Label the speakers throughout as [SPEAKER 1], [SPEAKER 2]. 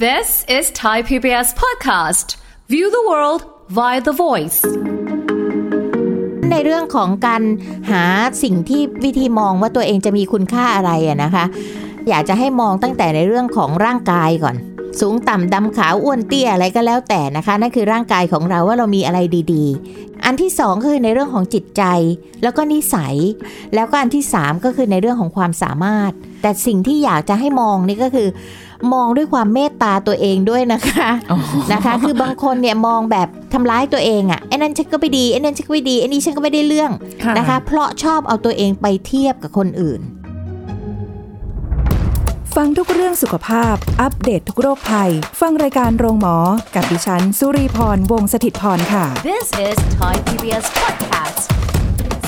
[SPEAKER 1] This is Thai PBS podcast. View the world via the voice.
[SPEAKER 2] ในเรื่องของการหาสิ่งที่วิธีมองว่าตัวเองจะมีคุณค่าอะไรอะนะคะ อยากจะให้มองตั้งแต่ในเรื่องของร่างกายก่อน สูงต่ำดำขาวอ้วนเตี้ยอะไรก็แล้วแต่นะคะ นั่นคือร่างกายของเราว่าเรามีอะไรดีๆ อันที่สองคือในเรื่องของจิตใจ แล้วก็นิสัย แล้วก็อันที่สามก็คือในเรื่องของความสามารถ แต่สิ่งที่อยากจะให้มองนี่ก็คือ มองด้วยความเมตตาตัวเองด้วยนะคะ นะคะ คือบางคนเนี่ยมองแบบทำร้ายตัวเองอะ่ะไอ้นั่นฉันก็ไม่ดีไอ้นั่นฉันก็ไม่ดีไอ้นี่ฉันก็ไม่ได้เรื่องนะคะ เพราะชอบเอาตัวเองไปเทียบกับคนอื่น
[SPEAKER 3] ฟังทุกเรื่องสุขภาพ อัปเดตททุกโรคภัย ฟังรายการโรงหมอ กับดิฉัน สุรีพร วงศิตพรค่ะ
[SPEAKER 1] This is Thai PBS podcast.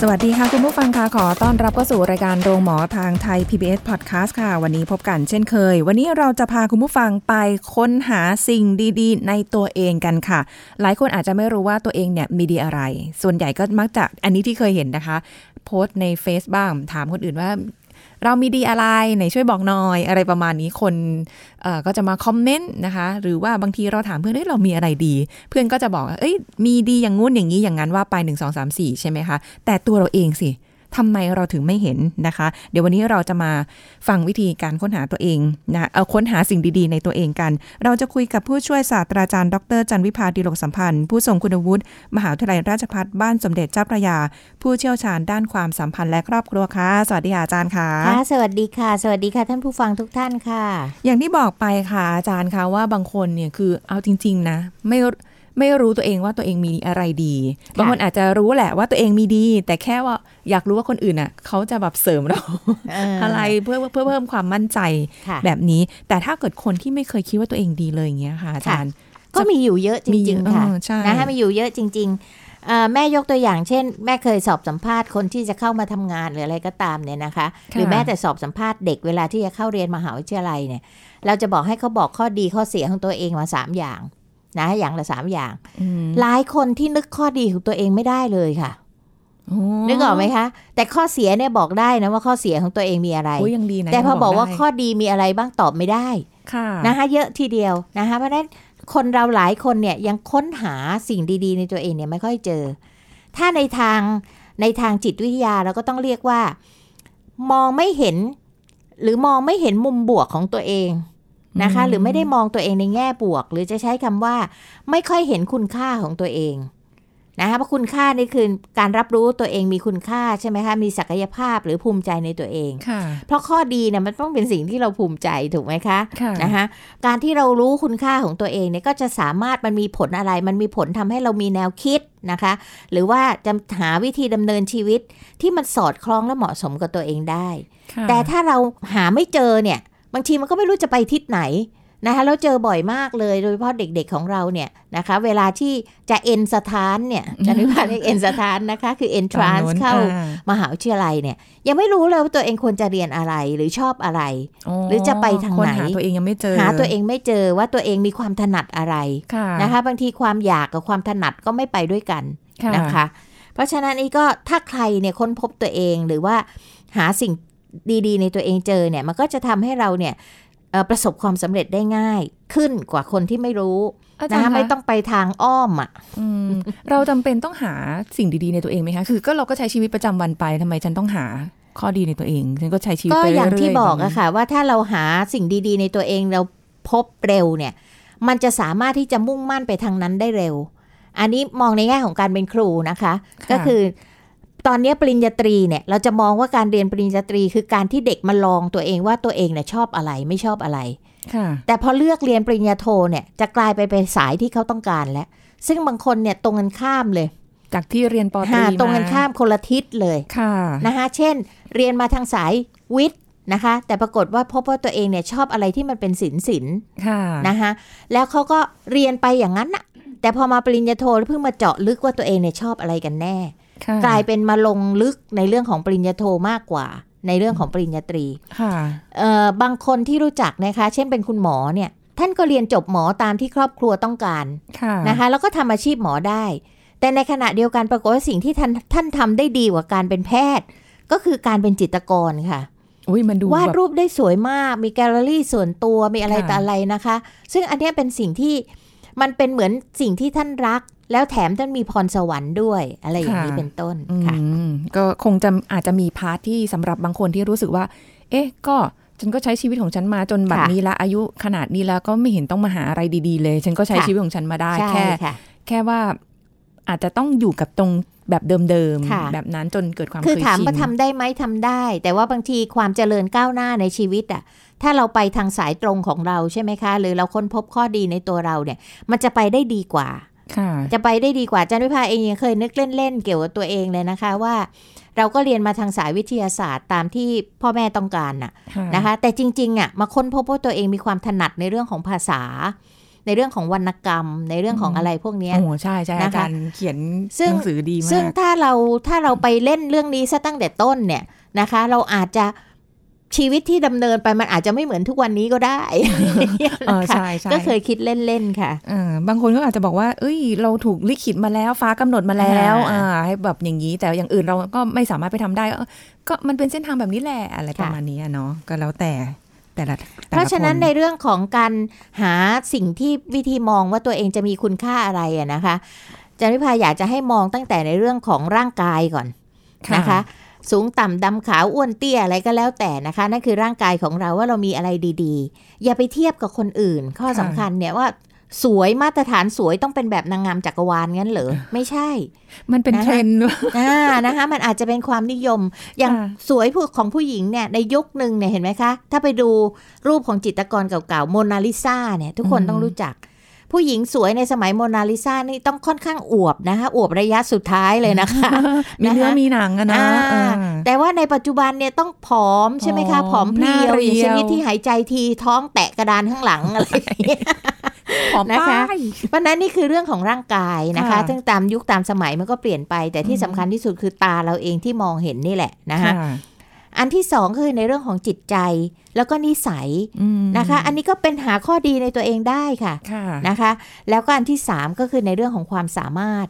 [SPEAKER 3] สวัสดีค่ะคุณผู้ฟังค่ะ ขอต้อนรับเข้าสู่รายการโรงหมอทางไทย PBS Podcast ค่ะ วันนี้พบกันเช่นเคย วันนี้เราจะพาคุณผู้ฟังไปค้นหาสิ่งดีๆ ในตัวเองกันค่ะ หลายคนอาจจะไม่รู้ว่าตัวเองเนี่ยมีดีอะไร ส่วนใหญ่ก็มักจะอันนี้ที่เคยเห็นนะคะ โพสต์ในเฟซบ้าง ถามคนอื่นว่า เรามีดีอะไรไหนช่วยบอกหน่อย อะไรประมาณนี้คนเอ่อก็จะมาคอมเมนต์นะคะ หรือว่าบางทีเราถามเพื่อนเอ้ยเรามีอะไรดี เพื่อนก็จะบอกว่าเอ้ยมีดีอย่างงู้นอย่างนี้อย่างนั้นว่าไป 1 2 3 4 ใช่ไหมคะ แต่ตัวเราเองสิทำไมเราถึงไม่เห็นนะคะ เดี๋ยววันนี้เราจะมาฟังวิธีการค้นหาตัวเองนะเอาค้นหาสิ่งดีๆ ในตัวเองกัน เราจะคุยกับผู้ช่วยศาสตราจารย์ดรจันวิพาดีโลกสัมพันธ์ ผู้ทรงคุณวุฒิมหาวิทยาลัยราชภัฏบ้านสมเด็จเจ้าพระยา ผู้เชี่ยวชาญด้านความสัมพันธ์และครอบครัวค่ะสวัสดีค่ะอาจารย์ค่ะ
[SPEAKER 2] ค่ะ สวัสดีค่ะ สวัสดีค่ะท่านผู้ฟังทุกท่านค่ะ
[SPEAKER 3] อย่างที่บอกไปค่ะอาจารย์คะว่าบางคนเนี่ยคือเอาจริง ๆ นะ ไม่ไม่รู้ตัวเองว่าตัวเองมีอะไรดี บางคนอาจจะรู้แหละว่าตัวเองมีดี แต่แค่ว่าอยากรู้ว่าคนอื่นน่ะเขาจะแบบเสริม เรา
[SPEAKER 2] เออ
[SPEAKER 3] อะไรเพื่อเพื่อเพิ่มความมั่นใจ
[SPEAKER 2] ค่ะ
[SPEAKER 3] แบบนี้ แต่ถ้าเกิดคนที่ไม่เคยคิดว่าตัวเองดีเลยอย่างเงี้ยค่ะอาจารย์
[SPEAKER 2] ก็มีอยู่เยอะจ
[SPEAKER 3] มี
[SPEAKER 2] ริง ๆ ค่ะ
[SPEAKER 3] เออใช่
[SPEAKER 2] นะคะมีอยู่เยอะจริงๆเอ่อแม่ยกตัวอย่างเช่น แม่เคยสอบสัมภาษณ์คนที่จะเข้ามาทำงานหรืออะไรก็ตามเนี่ยนะคะ หรือแม้แต่สอบสัมภาษณ์เด็กเวลาที่จะเข้าเรียนมหาวิทยาลัยเนี่ย เราจะบอกให้เขาบอกข้อดีข้อเสียของตัวเองมาสามอย่างนะอย่างละสามอย่าง
[SPEAKER 3] อืม
[SPEAKER 2] หลายคนที่นึกข้อดีของตัวเองไม่ได้เลยค่ะ
[SPEAKER 3] โอ้
[SPEAKER 2] นึกออกไหมคะ แต่ข้อเสียเนี่ยบอกได้นะว่าข้อเสียของตัวเองมีอะไร
[SPEAKER 3] โอ้ยยังดีนะ
[SPEAKER 2] แต่พอบอกว่า
[SPEAKER 3] ยัง
[SPEAKER 2] ข้อดีมีอะไรบ้างตอบไม่ได้
[SPEAKER 3] ค่ะ
[SPEAKER 2] นะคะเยอะทีเดียวนะคะเพราะฉะนั้นคนเราหลายคนเนี่ยยังค้นหาสิ่งดีๆ ในตัวเองเนี่ยไม่ค่อยเจอ ถ้าในทางในทางจิตวิทยาเราก็ต้องเรียกว่า มองไม่เห็น หรือมองไม่เห็นมุมบวกของตัวเองนะคะ หรือไม่ได้มองตัวเองในแง่บวก หรือจะใช้คำว่า ไม่ค่อยเห็นคุณค่าของตัวเองนะคะเพราะคุณค่านี่คือการรับรู้ตัวเองมีคุณค่าใช่ไหมคะมีศักยภาพหรือภูมิใจในตัวเอง
[SPEAKER 3] ค่ะ
[SPEAKER 2] เพราะข้อดีเนี่ยมันต้องเป็นสิ่งที่เราภูมิใจถูกไหมคะ
[SPEAKER 3] ค่ะ
[SPEAKER 2] นะคะการที่เรารู้คุณค่าของตัวเองเนี่ยก็จะสามารถมันมีผลอะไร มันมีผลทำให้เรามีแนวคิดนะคะ หรือว่าจะหาวิธีดำเนินชีวิตที่มันสอดคล้องและเหมาะสมกับตัวเองได้
[SPEAKER 3] ค่ะ
[SPEAKER 2] แต่ถ้าเราหาไม่เจอเนี่ย บางทีมันก็ไม่รู้จะไปทิศไหนนะคะแล้วเจอบ่อยมากเลยโดยเฉพาะเด็กๆของเราเนี่ยนะคะ เวลาที่จะเอ็นสถานเนี่ยจะนึกว่าเรียกเอ็นสถานนะคะ คือเอ็นทราน
[SPEAKER 3] ฝั่ง
[SPEAKER 2] เข้า
[SPEAKER 3] โอ่
[SPEAKER 2] มหาวิทยาลัยเนี่ยยังไม่รู้เลยว่าตัวเองควรจะเรียนอะไรหรือชอบอะไร หรือจะไปทาง
[SPEAKER 3] คน
[SPEAKER 2] ไหน
[SPEAKER 3] หาตัวเองยังไม่เจอ
[SPEAKER 2] หาตัวเองไม่เจอว่าตัวเองมีความถนัดอะไร
[SPEAKER 3] ค่ะ
[SPEAKER 2] นะคะ บางทีความอยากกับความถนัดก็ไม่ไปด้วยกันนะคะ เพราะฉะนั้นนี่ก็ถ้าใครเนี่ยค้นพบตัวเองหรือว่าหาสิ่งดีๆ ในตัวเองเจอเนี่ยมันก็จะทำให้เราเนี่ยเอ่อประสบความสำเร็จได้ง่ายขึ้นกว่าคนที่ไม่รู้
[SPEAKER 3] อาจาร
[SPEAKER 2] นะคะ
[SPEAKER 3] ย์
[SPEAKER 2] ไม่
[SPEAKER 3] คะ
[SPEAKER 2] ต้องไปทางอ้อมอ่ะ
[SPEAKER 3] อืมเราจำเป็นต้องหาสิ่งดีๆในตัวเองไหมคะ คือก็เราก็ใช้ชีวิตประจำวันไปทำไมฉันต้องหาข้อดีในตัวเอง ฉันก็ใช้ชีวิต
[SPEAKER 2] ก็
[SPEAKER 3] ไปเรื่อยๆ
[SPEAKER 2] อย่างที่บอก
[SPEAKER 3] แบบ
[SPEAKER 2] อะ
[SPEAKER 3] นี้
[SPEAKER 2] ค่ะ ว่าถ้าเราหาสิ่งดีๆ ในตัวเองเราพบเร็วเนี่ย มันจะสามารถที่จะมุ่งมั่นไปทางนั้นได้เร็ว อันนี้มองในแง่ของการเป็นครูนะคะ
[SPEAKER 3] ะ
[SPEAKER 2] ก็คือตอนนี้ปริญญาตรีเนี่ยเราจะมองว่าการเรียนปริญญาตรี คือการที่เด็กมาลองตัวเองว่าตัวเองเนี่ยชอบอะไรไม่ชอบอะไร
[SPEAKER 3] ค่ะ
[SPEAKER 2] แต่พอเลือกเรียนปริญญาโทเนี่ยจะกลายไปเป็นสายที่เขาต้องการแล้ว ซึ่งบางคนเนี่ยตรงกันข้ามเลย
[SPEAKER 3] จากที่เรียนปอต
[SPEAKER 2] หา
[SPEAKER 3] รี
[SPEAKER 2] ตรงกันข้ามคนละทิศเลย
[SPEAKER 3] ค่ะ
[SPEAKER 2] นะคะเช่น เรียนมาทางสายวิทย์นะคะ แต่ปรากฏว่าพบว่าตัวเองเนี่ยชอบอะไรที่มันเป็นศิลป์ศิลป์
[SPEAKER 3] ค่ะ
[SPEAKER 2] นะคะแล้วเขาก็เรียนไปอย่างนั้นน่ะ แต่พอมาปริญญาโทแล้วเพิ่งมาเจาะลึกว่าตัวเองเนี่ยชอบอะไรกันแน่
[SPEAKER 3] ค่ะ
[SPEAKER 2] กลายเป็นมาลงลึกในเรื่องของปริญญาโทมากกว่า ในเรื่องของปริญญาตรี
[SPEAKER 3] ค่ะ
[SPEAKER 2] เอ่อบางคนที่รู้จักนะคะ เช่นเป็นคุณหมอเนี่ยท่านก็เรียนจบหมอตามที่ครอบครัวต้องการ
[SPEAKER 3] ค่ะ
[SPEAKER 2] นะคะแล้วก็ทำอาชีพหมอได้ แต่ในขณะเดียวกันปรากฏว่าสิ่งที่ท่านท่านทำได้ดีกว่าการเป็นแพทย์ ก็คือการเป็นจิตรกรค่ะ
[SPEAKER 3] อุ้ยมันดู
[SPEAKER 2] วาด
[SPEAKER 3] แบบ
[SPEAKER 2] รูปได้สวยมาก มีแกลเลอรี่ส่วนตัว มีอะไร
[SPEAKER 3] ค่ะ
[SPEAKER 2] ต่ออะไรนะคะ ซึ่งอันเนี้ยเป็นสิ่งที่มันเป็นเหมือนสิ่งที่ท่านรัก แล้วแถมท่านมีพรสวรรค์ด้วย อะไรอย่างนี้เป็นต้น
[SPEAKER 3] อื
[SPEAKER 2] ค่ะ
[SPEAKER 3] มก็คงจะอาจจะมีพาร์ทที่สำหรับบางคนที่รู้สึกว่า เอ๊ะ ก็ฉันก็ใช้ชีวิตของฉันมาจนแบบ
[SPEAKER 2] ค่ะ
[SPEAKER 3] นี้ละอายุขนาดนี้แล้วก็ไม่เห็นต้องมาหาอะไรดี ๆ เลย ฉันก็ใช้
[SPEAKER 2] ค่ะ
[SPEAKER 3] ชีวิตของฉันมาได้
[SPEAKER 2] ใช่
[SPEAKER 3] แค่
[SPEAKER 2] ค่ะ
[SPEAKER 3] แค่ว่าอาจจะต้องอยู่กับตรงแบบเดิม
[SPEAKER 2] ค่ะ
[SPEAKER 3] ๆแบบนั้นจนเกิดความ
[SPEAKER 2] คือ
[SPEAKER 3] เคย
[SPEAKER 2] ถาม
[SPEAKER 3] ชิน
[SPEAKER 2] ว่าทำได้ไหมทำได้ แต่ว่าบางทีความเจริญก้าวหน้าในชีวิตอะถ้าเราไปทางสายตรงของเราใช่ไหมคะ หรือเราค้นพบข้อดีในตัวเราเนี่ย มันจะไปได้ดีกว่า
[SPEAKER 3] ค่ะ
[SPEAKER 2] จะไปได้ดีกว่าอาจันวิภาเองยังเคยนึกเล่น ๆ เกี่ยวกับตัวเองเลยนะคะว่า เราก็เรียนมาทางสายวิทยาศาสตร์ตามที่พ่อแม่ต้องการน่ะนะคะ แต่จริงๆอ่ะมาค้นพบว่าตัวเองมีความถนัดในเรื่องของภาษา ในเรื่องของวรรณกรรม ในเรื่องของอะไรพวกเนี้ย
[SPEAKER 3] โอ้โหใช่ใช่
[SPEAKER 2] นะคะ
[SPEAKER 3] อาจารย์เขียน
[SPEAKER 2] ซึ่ง
[SPEAKER 3] หนังสือดีมา
[SPEAKER 2] ซึ่ง
[SPEAKER 3] ก
[SPEAKER 2] ถ้าเราถ้าเราไปเล่นเรื่องนี้ซะตั้งแต่ต้นเนี่ยนะคะ เราอาจจะชีวิตที่ดำเนินไปมันอาจจะไม่เหมือนทุกวันนี้ก็ได้
[SPEAKER 3] เออใช่ใช่
[SPEAKER 2] ก็เคยคิดเล่นๆค่ะ
[SPEAKER 3] เออบางคนก็อาจจะบอกว่า เอ้ย เราถูกลิขิตมาแล้ว ฟ้ากำหนดมาแล้ว
[SPEAKER 2] อ่า
[SPEAKER 3] อ่าให้แบบอย่างนี้ แต่อย่างอื่นเราก็ไม่สามารถไปทำได้เออก็มันเป็นเส้นทางแบบนี้แหละ อะไร
[SPEAKER 2] ค่ะ
[SPEAKER 3] ประมาณนี้อะเนาะ ก็แล้วแต่แต่ละแต่ล
[SPEAKER 2] เพราะฉะนั้น
[SPEAKER 3] ค
[SPEAKER 2] ในเรื่องของการหาสิ่งที่วิธีมองว่าตัวเองจะมีคุณค่าอะไรอะนะคะอาจารย์วิภาอยากจะให้มองตั้งแต่ในเรื่องของร่างกายก่อน
[SPEAKER 3] ค่ะ
[SPEAKER 2] นะคะ สูงต่ำดำขาวอ้วนเตี้ยอะไรก็แล้วแต่นะคะนั่นคือร่างกายของเราว่าเรามีอะไรดีๆ อย่าไปเทียบกับคนอื่น ข้อ
[SPEAKER 3] ค่ะ
[SPEAKER 2] สำคัญเนี่ยว่าสวยมาตรฐานสวยต้องเป็นแบบนางงามจักรวาลงั้นเหรอไม่ใช่
[SPEAKER 3] มันเป็น
[SPEAKER 2] นะคะ
[SPEAKER 3] เทรนด์ด้วย
[SPEAKER 2] อ่านะคะมันอาจจะเป็นความนิยม อย่าง
[SPEAKER 3] ค่ะ
[SPEAKER 2] สวยผู้ของผู้หญิงเนี่ยในยุคหนึ่งเนี่ยเห็นไหมคะ ถ้าไปดูรูปของจิตรกรเก่าๆโมนาลิซาเนี่ยทุกคน
[SPEAKER 3] อืม
[SPEAKER 2] ต้องรู้จัก ผู้หญิงสวยในสมัยโมนาลิซานี่ต้องค่อนข้างอวบนะคะอวบระยะสุดท้ายเลยนะคะ
[SPEAKER 3] มีเนื้อ
[SPEAKER 2] นะคะ
[SPEAKER 3] มีหนังอะนะ
[SPEAKER 2] อ่า
[SPEAKER 3] เออ
[SPEAKER 2] แต่ว่าในปัจจุบันเนี่ยต้องผอมใช่ไหมคะ
[SPEAKER 3] ผ
[SPEAKER 2] ผ
[SPEAKER 3] อ
[SPEAKER 2] อ
[SPEAKER 3] ม
[SPEAKER 2] มเพรียว
[SPEAKER 3] หน้าเรียว
[SPEAKER 2] อย่างชนิดที่หายใจทีท้องแตะกระดานข้างหลัง อะไรอย่างเงี้ย
[SPEAKER 3] ผอม
[SPEAKER 2] นะคะ
[SPEAKER 3] ป้าย
[SPEAKER 2] เพราะฉะนั้นนี่คือเรื่องของร่างกายนะคะ
[SPEAKER 3] ค่ะ
[SPEAKER 2] ซึ่งตามยุคตามสมัยมันก็เปลี่ยนไป แต่ที่
[SPEAKER 3] อืม
[SPEAKER 2] สำคัญที่สุดคือตาเราเองที่มองเห็นนี่แหละนะคะ
[SPEAKER 3] ค่ะ
[SPEAKER 2] อันที่สองคือในเรื่องของจิตใจแล้วก็นิสัย
[SPEAKER 3] อืม
[SPEAKER 2] นะคะ อันนี้ก็เป็นหาข้อดีในตัวเองได้ค่ะ
[SPEAKER 3] ค่ะ
[SPEAKER 2] นะคะ แล้วก็อันที่สามก็คือในเรื่องของความสามารถ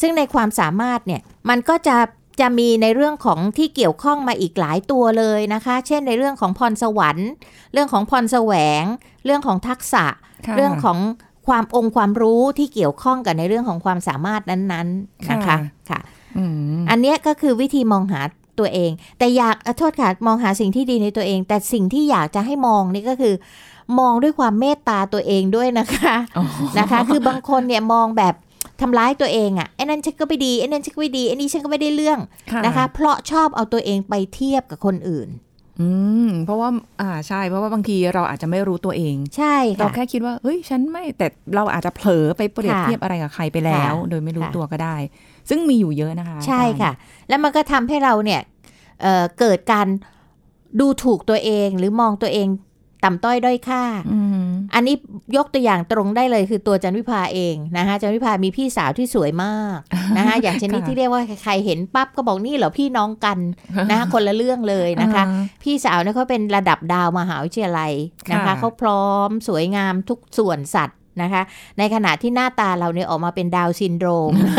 [SPEAKER 2] ซึ่งในความสามารถเนี่ยมันก็จะจะมีในเรื่องของที่เกี่ยวข้องมาอีกหลายตัวเลยนะคะ เช่นในเรื่องของพรสวรรค์ เรื่องของพรแสวง เรื่องของทักษะ
[SPEAKER 3] ค่ะ
[SPEAKER 2] เรื่องของความองค์ความรู้ที่เกี่ยวข้องกับในเรื่องของความสามารถนั้นๆนะคะค่ะ
[SPEAKER 3] อืม
[SPEAKER 2] อันเนี้ยก็คือวิธีมองหาตัวเอง แต่อยากเอ่อโทษค่ะมองหาสิ่งที่ดีในตัวเอง แต่สิ่งที่อยากจะให้มองนี่ก็คือ มองด้วยความเมตตาตัวเองด้วยนะคะ
[SPEAKER 3] อ๋อ
[SPEAKER 2] นะคะ คือบางคนเนี่ยมองแบบทำร้ายตัวเองอะ่ะไอ้นั่นฉันก็ไม่ดีไอ้นั่นฉันก็ไม่ดีไอ้นี่ฉันก็ไม่ได้เรื่องนะคะ เพราะชอบเอาตัวเองไปเทียบกับคนอื่น
[SPEAKER 3] อืมเพราะว่าอ่าใช่ เพราะว่าบางทีเราอาจจะไม่รู้ตัวเอง
[SPEAKER 2] ใช่
[SPEAKER 3] เรา
[SPEAKER 2] ค่ะ
[SPEAKER 3] แค่คิดว่า เฮ้ย ฉันไม่ แต่เราอาจจะเผลอไปเปรียบ
[SPEAKER 2] ค่ะ
[SPEAKER 3] เทียบอะไรกับใครไปแล้ว
[SPEAKER 2] ค่ะ
[SPEAKER 3] โดยไม่รู้
[SPEAKER 2] ค่ะ
[SPEAKER 3] ตัวก็ได้ ซึ่งมีอยู่เยอะนะคะ
[SPEAKER 2] ใช่
[SPEAKER 3] อาจารย์
[SPEAKER 2] ค่ะ แล้วมันก็ทำให้เราเนี่ยเอ่อเกิดการดูถูกตัวเองหรือมองตัวเองต่ำต้อยด้อยค่า
[SPEAKER 3] อืม
[SPEAKER 2] อันนี้ยกตัวอย่างตรงได้เลยคือตัวจันวิภาเองนะคะจันวิภามีพี่สาวที่สวยม ากนะคะอย่างชนิดที่เรียกว่าใครเห็นปั๊บก็บอกนี่เหรอพี่น้องกันนะคะคนละเรื่องเลยนะคะ
[SPEAKER 3] อ่า
[SPEAKER 2] พี่สาวเนี่ยเขาเป็นระดับดาวมหาวิทยาลัยนะคะ
[SPEAKER 3] ค่ะ
[SPEAKER 2] เขาพร้อมสวยงามทุกส่วนสัตว์นะคะ ในขณะที่หน้าตาเราเนี่ยออกมาเป็นดาวน์ซินโดรม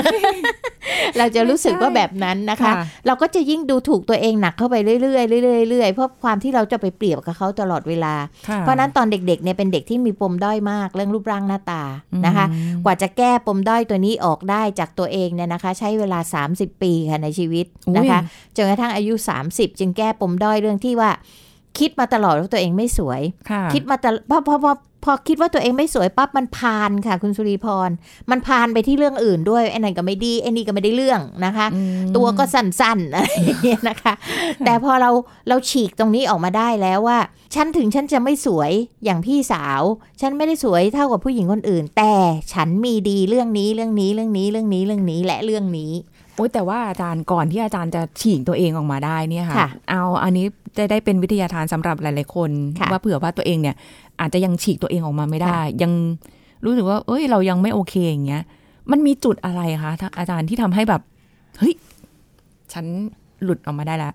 [SPEAKER 2] เราจะรู้สึกว่าแบบนั้นนะคะ เราก็จะยิ่งดูถูกตัวเองหนักเข้าไปเรื่อยๆเรื่อยๆเรื่อยๆเพราะความที่เราจะไปเปรียบกับเขาตลอดเวลา
[SPEAKER 3] ค่
[SPEAKER 2] เพราะฉะนั้นตอนเด็กๆเนี่ยเป็นเด็กที่มีปมด้อยมากเรื่องรูปร่างหน้าตานะคะ
[SPEAKER 3] อืม
[SPEAKER 2] กว่าจะแก้ปมด้อยตัวนี้ออกได้จากตัวเองเนี่ยนะคะ ใช้เวลา 30 ปีค่ะในชีวิตนะคะจนกระทั่งอายุ 30 จึงแก้ปมด้อยเรื่องที่ว่า คิดมาตลอดว่าตัวเองไม่สวย
[SPEAKER 3] ค่ะ
[SPEAKER 2] คิดมาตลอดพอพอพอพอคิดว่าตัวเองไม่สวยปั๊บมันพานค่ะ คุณสุริพร มันพานไปที่เรื่องอื่นด้วยไอ้นั่นก็ไม่ดีไอ้นี่ก็ไม่ได้เรื่องนะคะ
[SPEAKER 3] อืม
[SPEAKER 2] ตัวก็สั้นๆ อะไรอย่างเงี้ยนะคะ แต่พอเราเราฉีกตรงนี้ออกมาได้แล้วว่า ฉันถึงฉันจะไม่สวยอย่างพี่สาว ฉันไม่ได้สวยเท่ากับผู้หญิงคนอื่น แต่ฉันมีดีเรื่องนี้เรื่องนี้เรื่องนี้เรื่องนี้เรื่องนี้และเรื่องนี้
[SPEAKER 3] โอ้ยแต่ว่าอาจารย์ก่อนที่อาจารย์จะฉีกตัวเองออกมาได้เนี่ยค่ะ
[SPEAKER 2] ค่ะ
[SPEAKER 3] เอาอันนี้จะได้เป็นวิทยาทานสำหรับหลาย ๆ คน
[SPEAKER 2] ค่ะ
[SPEAKER 3] ว่าเผื่อว่าตัวเองเนี่ย อาจจะยังฉีกตัวเองออกมาไม่ได้
[SPEAKER 2] ค่ะ
[SPEAKER 3] ยังรู้สึกว่า เอ้ย เรายังไม่โอเคอย่างเงี้ย มันมีจุดอะไรคะถ้าอาจารย์ที่ทำให้แบบ เฮ้ย ฉันหลุดออกมาได้ละ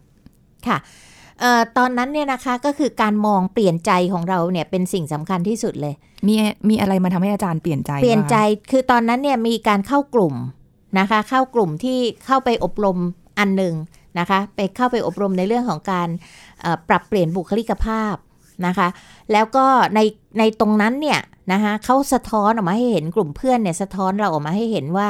[SPEAKER 2] เอ่อตอนนั้นเนี่ยนะคะก็คือการมองเปลี่ยนใจของเราเนี่ยเป็นสิ่งสำคัญที่สุดเลย
[SPEAKER 3] มีมีอะไรมาทำให้อาจารย์เปลี่ยนใจ
[SPEAKER 2] เปลี่ยนใจ
[SPEAKER 3] บ้าง
[SPEAKER 2] คือตอนนั้นเนี่ยมีการเข้ากลุ่มนะคะ เข้ากลุ่มที่เข้าไปอบรมอันหนึ่ง นะคะ ไปเข้าไปอบรมในเรื่องของการเอ่อปรับเปลี่ยนบุคลิกภาพนะคะ แล้วก็ในในตรงนั้นเนี่ยนะคะเขาสะท้อนออกมาให้เห็นกลุ่มเพื่อนเนี่ยสะท้อนเราออกมาให้เห็นว่า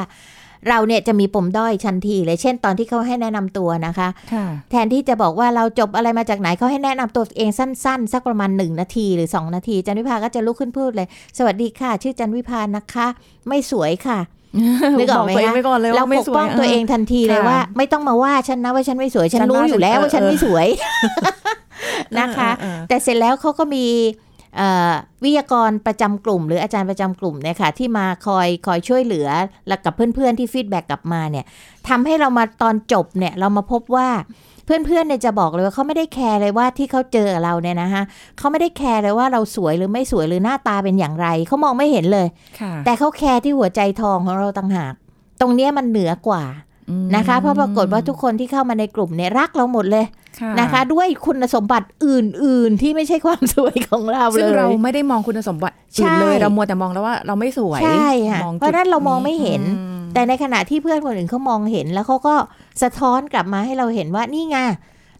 [SPEAKER 2] เราเนี่ยจะมีปมด้อยชันทีเลยเช่นตอนที่เขาให้แนะนำตัวนะคะ
[SPEAKER 3] ค่ะ
[SPEAKER 2] แทนที่จะบอกว่าเราจบอะไรมาจากไหนเขาให้แนะนำตัวเองสั้นๆ สักประมาณ 1 นาทีหรือ 2 นาที จันวิภาก็จะลุกขึ้นพูดเลย สวัสดีค่ะ ชื่อจันวิภานะคะ ไม่สวยค่ะ นึกออกไหม
[SPEAKER 3] บตัวเอง
[SPEAKER 2] คะ
[SPEAKER 3] ไว้ก่อนเลย
[SPEAKER 2] เรา
[SPEAKER 3] ว่าไม่
[SPEAKER 2] ปก
[SPEAKER 3] สวย
[SPEAKER 2] ป้องตัวเองทันทีเลย
[SPEAKER 3] ค่ะ
[SPEAKER 2] ว่า ไม่ต้องมาว่าฉันนะว่าฉันไม่สวยฉัน
[SPEAKER 3] ฉัน
[SPEAKER 2] รู้
[SPEAKER 3] ว่า
[SPEAKER 2] อยู่แล้ว
[SPEAKER 3] ฉัน
[SPEAKER 2] ว่าฉัน
[SPEAKER 3] เออ
[SPEAKER 2] ไม่ส วย
[SPEAKER 3] เออ
[SPEAKER 2] นะคะ
[SPEAKER 3] เออเออ
[SPEAKER 2] แต่เสร็จแล้วเขาก็มีเอ่อวิทยากรประจำกลุ่ม หรืออาจารย์ประจำกลุ่มเนี่ยค่ะที่มาคอยคอยช่วยเหลือและกับเพื่อนๆที่ฟีดแบ็กกลับมาเนี่ยทำให้เรามาตอนจบเนี่ยเรามาพบว่าเพื่อนๆเนี่ยจะบอกเลยว่าเขาไม่ได้แคร์เลยว่าที่เขาเจอเราเนี่ยนะคะเขาไม่ได้แคร์เลยว่าเราสวยหรือไม่สวยหรือหน้าตาเป็นอย่างไรเขามองไม่เห็นเลย
[SPEAKER 3] ค่ะ
[SPEAKER 2] แต่เขาแคร์ที่หัวใจทองของเราต่างหาก ตรงเนี้ยมันเหนือกว่านะคะ เพราะปรากฏว่าทุกคนที่เข้ามาในกลุ่มเนี่ยรักเราหมดเลย นะคะ ด้วยคุณสมบัติอื่น ๆ ที่ไม่ใช่ความสวยของเราเลย
[SPEAKER 3] ซึ่งเราไม่ได้มองคุณสมบัติ
[SPEAKER 2] ใช่
[SPEAKER 3] อื่นเลยเรามัวแต่มองแล้วว่าเราไม่สวย
[SPEAKER 2] ใช่ค่ะ
[SPEAKER 3] มองจุด
[SPEAKER 2] เพราะฉะนั้นเรามองไม่เห็น
[SPEAKER 3] อืม
[SPEAKER 2] แต่ในขณะที่เพื่อนคนอื่นเขามองเห็นแล้วเขาก็สะท้อนกลับมาให้เราเห็นว่านี่ไง